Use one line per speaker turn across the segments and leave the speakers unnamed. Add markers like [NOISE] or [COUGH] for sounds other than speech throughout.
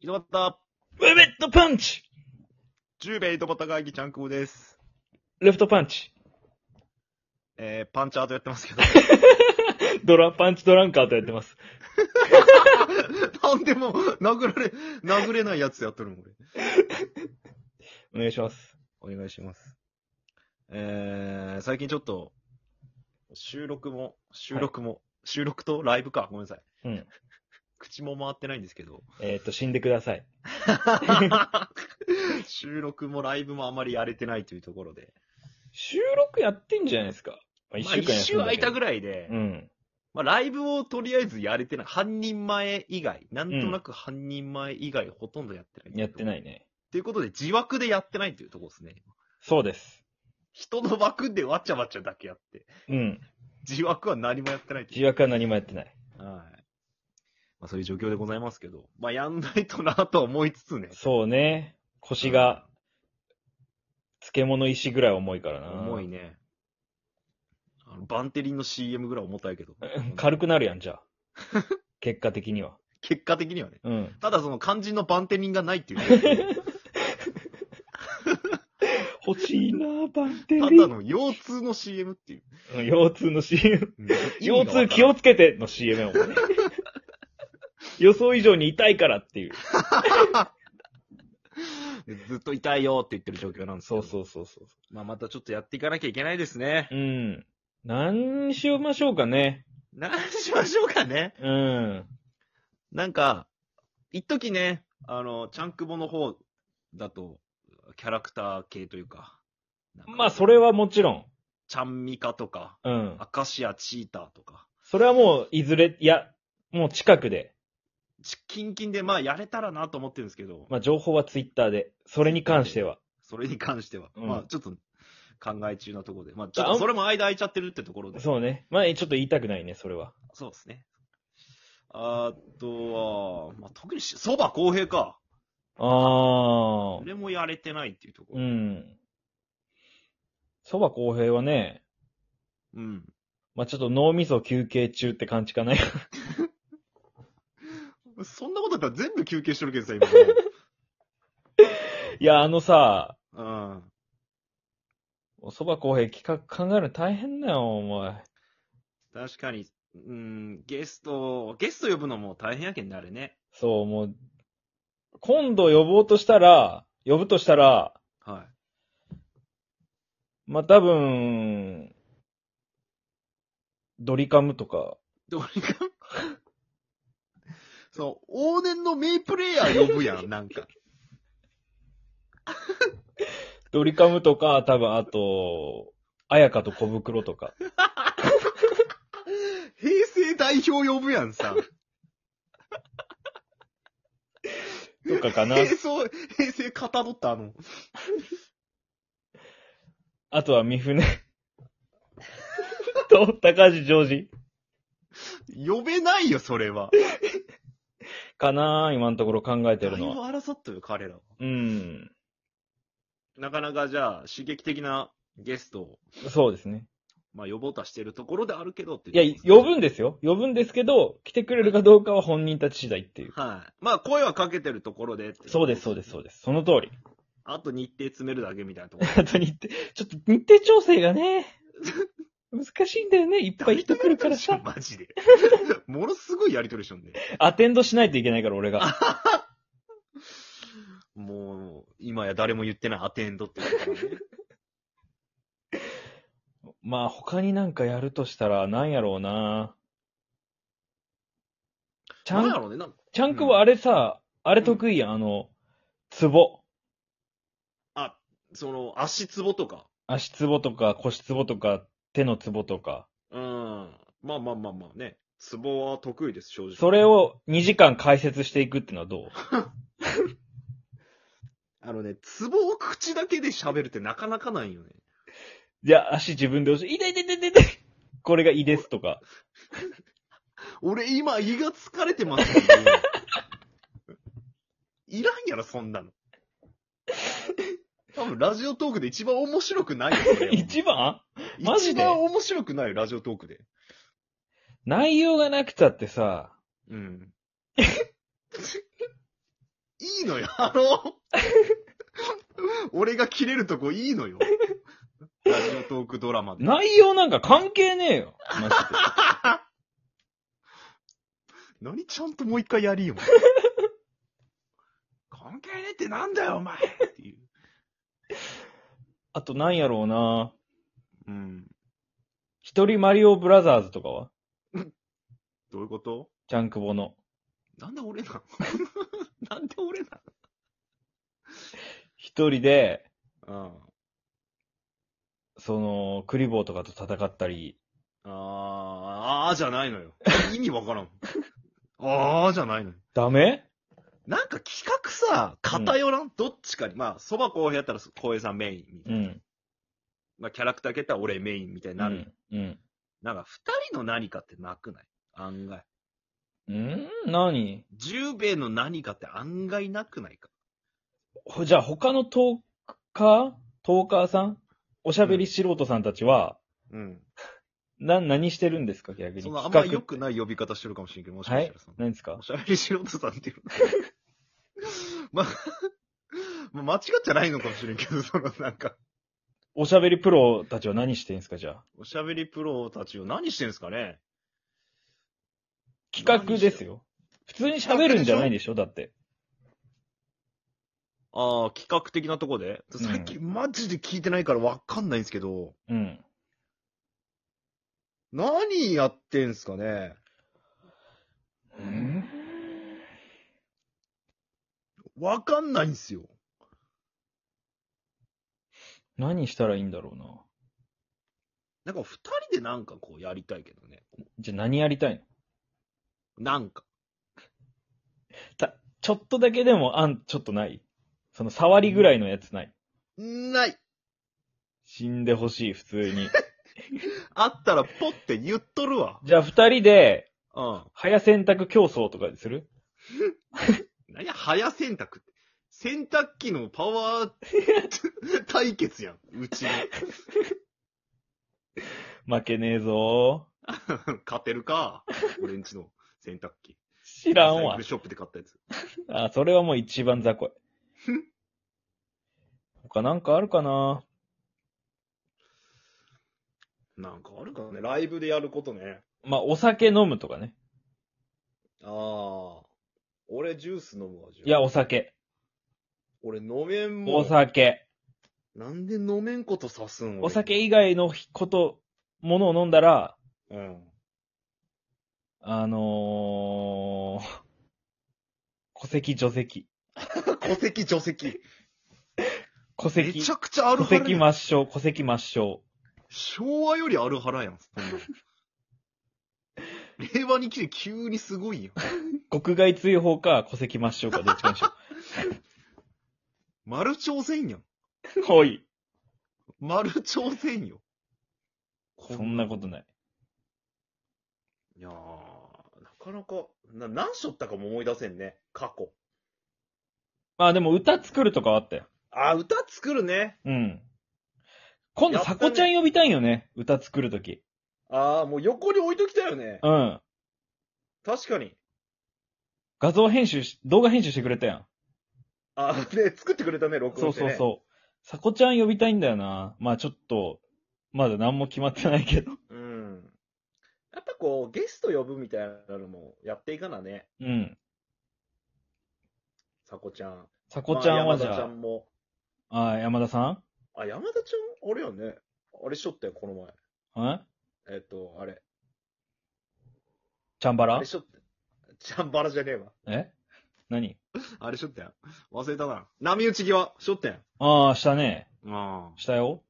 井戸端、
ウェットパンチ
十兵衛井戸端会議ちゃんくぼです。
レフトパンチ [LAUGHS]
えー、パンチャーとやってますけど。
ドラ、パンチドランカーとやってます。
なんでも、殴られ、殴れないやつやっとるもん、
お願いします。
俺。お願いします。えー、最近ちょっと、収録も、収録も、収録とライブか、ごめんなさい。
うん。
口も回ってないんですけど。
[LAUGHS]
[LAUGHS]
えっ、と、死んでください。
収録もライブもあまりやれてないというところで。
収録やってんじゃないですか。まあ
まあ、一週空いたぐ
ら
らいで、
うん。
まあ、ライブをとりあえずやれてない。半人前以外、なんとなく半人前以外ほとんどやってない。。
やってないいね。
ということで、自枠でやってないというところですね。
そうです。
人の枠でわちゃわちゃだけやって、
うん。
自枠は何もやってないという
自枠は何もやってない。
はい。まあ、そういう状況でございますけど、まあ、やんないとなとは思いつつね、
そうね。腰が、漬物石ぐらい重いからな。
重いね。あのバンテリンの CM ぐらい重た
[LAUGHS]
いけど、
[LAUGHS] 軽くなるやん、じゃあ。 [LAUGHS] 結果的には。
結果的にはね。
うん。
ただその肝心のバンテリンがないっていう。
欲しいなバンテ [LAUGHS]
ただの腰痛の CM っていう。
腰痛の CM。腰痛気
気を
をつけての CM やもんね。予想以上に痛いからっていう。
ずっと痛いよって言ってる状況なんですけど
そうそうそうそ
まあまたちょっとやっていかなきゃいけないですね。
う。うん。何しましょうかね。
何しましょうかね。
うん。
なんか、一時ね、あの、チャンクボの方だと、キャラクター系というか。なんか
まあ、それはもちろん。
ちゃんみかとか、
うん。
アカシアチーターとか。
それはもう、いずれ、いや、もう近くで。
ちキンキンでまあやれたらなと思ってるんですけど、
まあ、情報はツイッターで。それに関しては。
それに関しては、
うん
まあちょっと考え中なところで、まあちょっ
ああ
と
ん
それも間空いちゃってるってところで。
そうね。まあ、ちょっと言いたくないね、それは。
そうですね。あとは、まあ、特にし、蕎麦公平か。
あ
それもやれてないっていうとこ
ー。う
ろ。
ん。蕎麦公平はね、
うん。
まあ、ちょっと脳みそ休憩中って感じかな。 [LAUGHS]
そんなことだったら全部休憩してるけどさ、今もう。
いや、あのさ、 [LAUGHS]
うん。
おそば公平企画考えるの大変だよ、お前。
確かに、うん、ゲスト、ゲスト呼ぶのも大変やけんね、あれね。
そう、もう、今度呼ぼうとしたら、呼ぶとしたら、
は
まあ、多分、ドリカムとか、
い。で、俺が、そう、往年の名プレイヤー呼ぶや
[LAUGHS]
ん、なんか。
ドリカムとか、多分、あと、あやかと小袋とか。
平成代表呼ぶやんさ。
とかかな
平。成、平成かたどったあの。
あとは、三船。と、高橋ジョージ。
呼べないよ、それは。
かな今のところ考えて
だいぶ
るのは。
争ったよ、彼らは。
うん。
なかなかじゃあ、刺激的なゲストを、
そうですね。
まあ、呼ぼうとはしてるところであるけどって
いや、呼ぶんですよ。呼ぶんですけど、来てくれるかどうかは本人たち次第っていう。
はい。まあ、声はかけてるところでって
そうです、そうです、そうです。その通り。
あと日程詰めるだけみたいなところ。
あと日程、ちょっと日程調整が [LAUGHS] ね、難しいんだよね。いっぱい人来るからさ。
マジで。 [LAUGHS] ものすごいやりとりしょんね。
アテンドしないといけないから、俺が。
もう、今や誰も言ってないアテンドってことだね。
まあ、他になんかやるとしたら、なんやろうな。 [LAUGHS] ちゃ
なんや
ん、
ろうね。なん
ちゃんくはあれさ、あれ得意やん、あの、ツボ。
あ、その、足つぼとか。
足ツボとか、腰ツボとか、手のツボとか。
うん。まあまあまあまあね。つぼは得意です、正直。
それ。を2時間解説していくってのは [LAUGHS] どう
あのね、つぼを口だけで喋るってなかなかないよね。
じゃあ、足自分で押し、痛い痛い痛い痛い痛いこれが胃ですと [LAUGHS] か。
俺今胃が疲れてますよね。 [LAUGHS] いらんやろ、そんなの。多分、ラジオトークで一番面白くないよ、それは
[LAUGHS] 一番マジで
一番面白くないよ、ラジオトークで。
内容がなくたってさ、
うん。 [LAUGHS] いのよ、あの、 [LAUGHS] 俺が切れるとこいいのよ。ラジオトークドラマで。
内容なんか関係ねえよ。マジで
何ちゃんともう一回やり
[LAUGHS]
よ。関係ねえってなんだよ、お前っていう。
[LAUGHS] あとなんやろうな。
うん。
一人マリオブラザーズとかは
どういうこと
ジャンクボの。
なんで俺なの [LAUGHS] なんで俺な
一人で、
の
その、クリボーとかと戦ったり。
ああ、あーじゃないのよ。 [LAUGHS] 意味わからん。ああじゃないのよ。
ダメ
なんか企画さ、偏らん、どっちかに。まあ、蕎麦公平やったら公平さんメインみた
う
いな。
ん。
まあ、キャラクター系やったら俺メインみたいになる。
うん。
なんか、二人の何かってなくない案外。
うん何
十兵衛の何かって案外なくないか。
ほじゃあ他のトーカートーカーさんおしゃべり素人さんたちは、
うん。
な、何してるんですか逆に。
そのあんまり良く
企
ない呼び方してるかもしれんけど、もし
画
か
は
し
い
たらその、
何ですか
おしゃべり素人さんっていうの。 [LAUGHS] まあ、まあ間違っちゃないのかもしれんけど、そのなんか、
おしゃべりプロたちは何してんすかじゃあ。
おしゃべりプロたちを何してんすかね
企画ですよ。普通に喋るんじゃないでしょだって。
ああ、企画的なとこで。さっきマジで聞いてないからわかんないんですけど、
うん。
何やってんすかねわかんないんすよ。
何したらいいんだろうな。
なんか二人でなんかこうやりたいけどね。
じゃあ何やりたいの
なんか。
た、ちょっとだけでも、あん、ちょっとないその触りぐらいのやつない。
ない。
死んでほしい、普通に。
あったらポって言っとるわ。
じゃあ二人で、
うん。
早洗濯競争とかにする
何や、早洗濯って。洗濯機のパ
[LAUGHS]
ワー対決やん。うちの。 [LAUGHS]
負けねえぞ
勝てるか。俺んちの洗濯機。
知らん
[LAUGHS] リサイク
わ
ル。ショップで買ったやつ。
あ、それはもう一番雑魚い。他なんかあるかな
なんかあるかね。ライブでやることね。
まあ、お酒飲むとかね。
ああ。俺ジュース飲むわ、じゃあ
いや、、お酒。
俺飲めんもん。
お酒。
なんで飲めんことさすん
お酒以外のこと、ものを飲んだら、
うん。
あのー、戸籍、除籍。
戸籍、除籍。
戸
め
籍
ち、ゃくちゃある
戸
はら
籍抹消、戸籍抹消。
昭和よりあるはらやん、そんな
[LAUGHS]
の令和に来て急にすごいやん。
国外追放か、戸籍抹消か、どっちかにしよ
丸朝鮮やん。 [LAUGHS]
う。おい。
丸朝鮮よ。
そんなことない。
いやー、なかなか、な、何しょったかも思い出せんね。過去。
まあでも歌作るとかはあったよ。
あー、歌作るね。
うん。今度、
やった
さ
ね
こちゃん呼びたいよね。歌作るとき。
あー、もう横に置いときたよね。
うん。
確かに。
画像編集し、動画編集してくれたやん。
あー、ね、作ってくれたね、録
そう
音して、
そ
ね。
うそう。さこちゃん呼びたいんだよな。まあちょっと、まだ何も決まってないけど。
う。うん。やっぱこう、ゲスト呼ぶみたいなのもやっていかなね。
うん。
さこちゃん。
さこちゃんはじ
まあ山田ちゃ
ゃ
んも。
あ、あー山田さ
あ、山田ちゃんあれよね。あれしょったよ、この前。
んん
えっと、あれ。
チャンバ
あ
ラ
れしょって。ちゃんバラじゃねえわ。
え何
あれしょったやん。忘れたな。波打ち際、しょったやん。
ああ、したね。
うん。
したよ。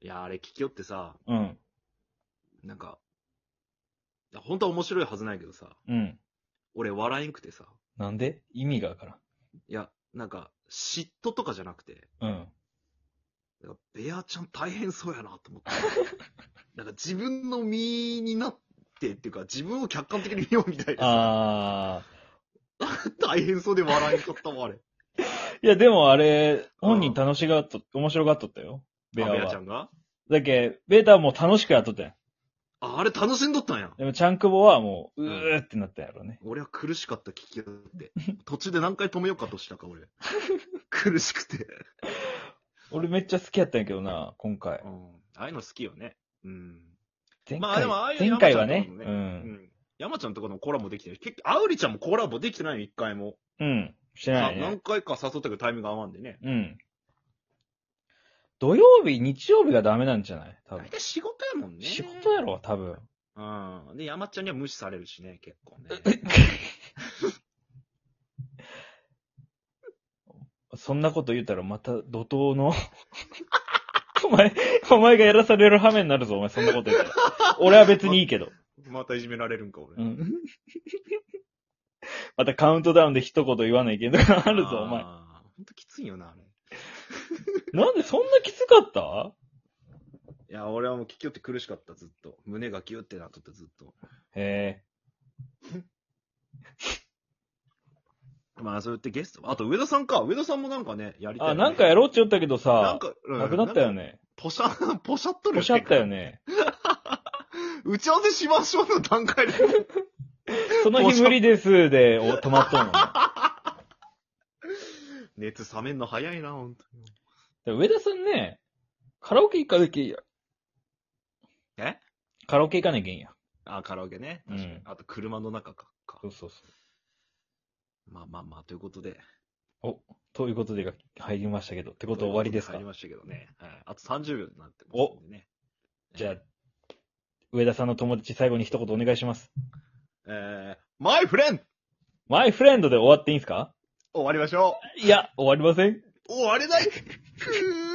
いや、あれ聞きよってさ、
うん。
なんか、いや本当は面白いはずないけどさ、
うん。
俺笑えんくてさ、
なんで意味がわから
いや、なんか、嫉妬とかじゃなくて、
ん。うん。
なんかベアちゃん大変そうやなと思
[LAUGHS]
って。なんか自分の身になってっていうか、自分を客観的に見ようみたいな。
ああ。
大変そうで笑えんかったもん、あれ。
いや、でもあれ、本人楽しがっと、面白がっとったよ。ベア
あベアちゃ
は。
んが
だけ、ベータはもう楽しくやっとったやん。
あ、あれ楽しんどったんや。
でも、チャンクボはもう、
う
うんーってなったんやろね。
俺は苦しかった、聞き合って。途中で何回止めようかとした
[LAUGHS]
か、俺。苦しくて。
俺めっちゃ好きやったんやけどな、今回
う。ん。ああいうの好きよね。うん。
前回、
まあでもああいう
前回は
山
ね
ちゃんと
う。
かもうんん。山ちゃんとかのコラボできてる。結局、あうりちゃんもコラボできてないよ、一回も。
うん。してない
さ何
ね。
回か誘ったけどタイミング合わんでね。
うん。土曜日、日曜日がダメなんじゃない多
大
分。
体仕事やもんね。
仕事やろ、多分。
うん。で、山ちゃんには無視されるしね、結構ね。
そんなこと言ったらまた怒涛の。お前、お前がやらされる羽目になるぞ、お前そんなこと言ったら。俺は別にいいけど。
またいじめられるんか、俺。
うん。またカウントダウンで一言言わないけど、あるぞ、お前。
あー。ほんときついよな、あれ。
なんでそんなきつかった
いや、俺はもう聞きよって苦しかった、ずっと。胸がギュってなっとって、ずっと。
へ
まあ、それってゲスト。あと、上田さんか。上田さんもなんかね、やり
え。
たい、ね。
あ、なんかやろうって言ったけど
な
さ
ん、か、うん
なくなったよ
んか
ね。
ポシャ、 [LAUGHS] ポシャっとる
おしゃったよ
ね。
ね。
打ち合わせしましょうの段階で。
その日無理ですで、お止まっとんのね。
熱冷めんの早いな、ほんとに。
で
[LAUGHS]
上田さんね、カラオケ行かなきゃいいや。
え
カラオケ行かなきゃいいんや。
あ、カラオケね。確かに。
うん
あと、車の中か。か
そうそうそう。
まあまあまあ、ということで。
ということでが入りましたけど、ってことは終わりですか
入りましたけどね。はい。あと30秒になってますんでね。
じゃあ、上田さんの友達最後に一言お願いします。
えー、マイフレンド
マイフレンドで終わっていいんすか
終わりましょ [LAUGHS]
いや、終わりません。
う終われない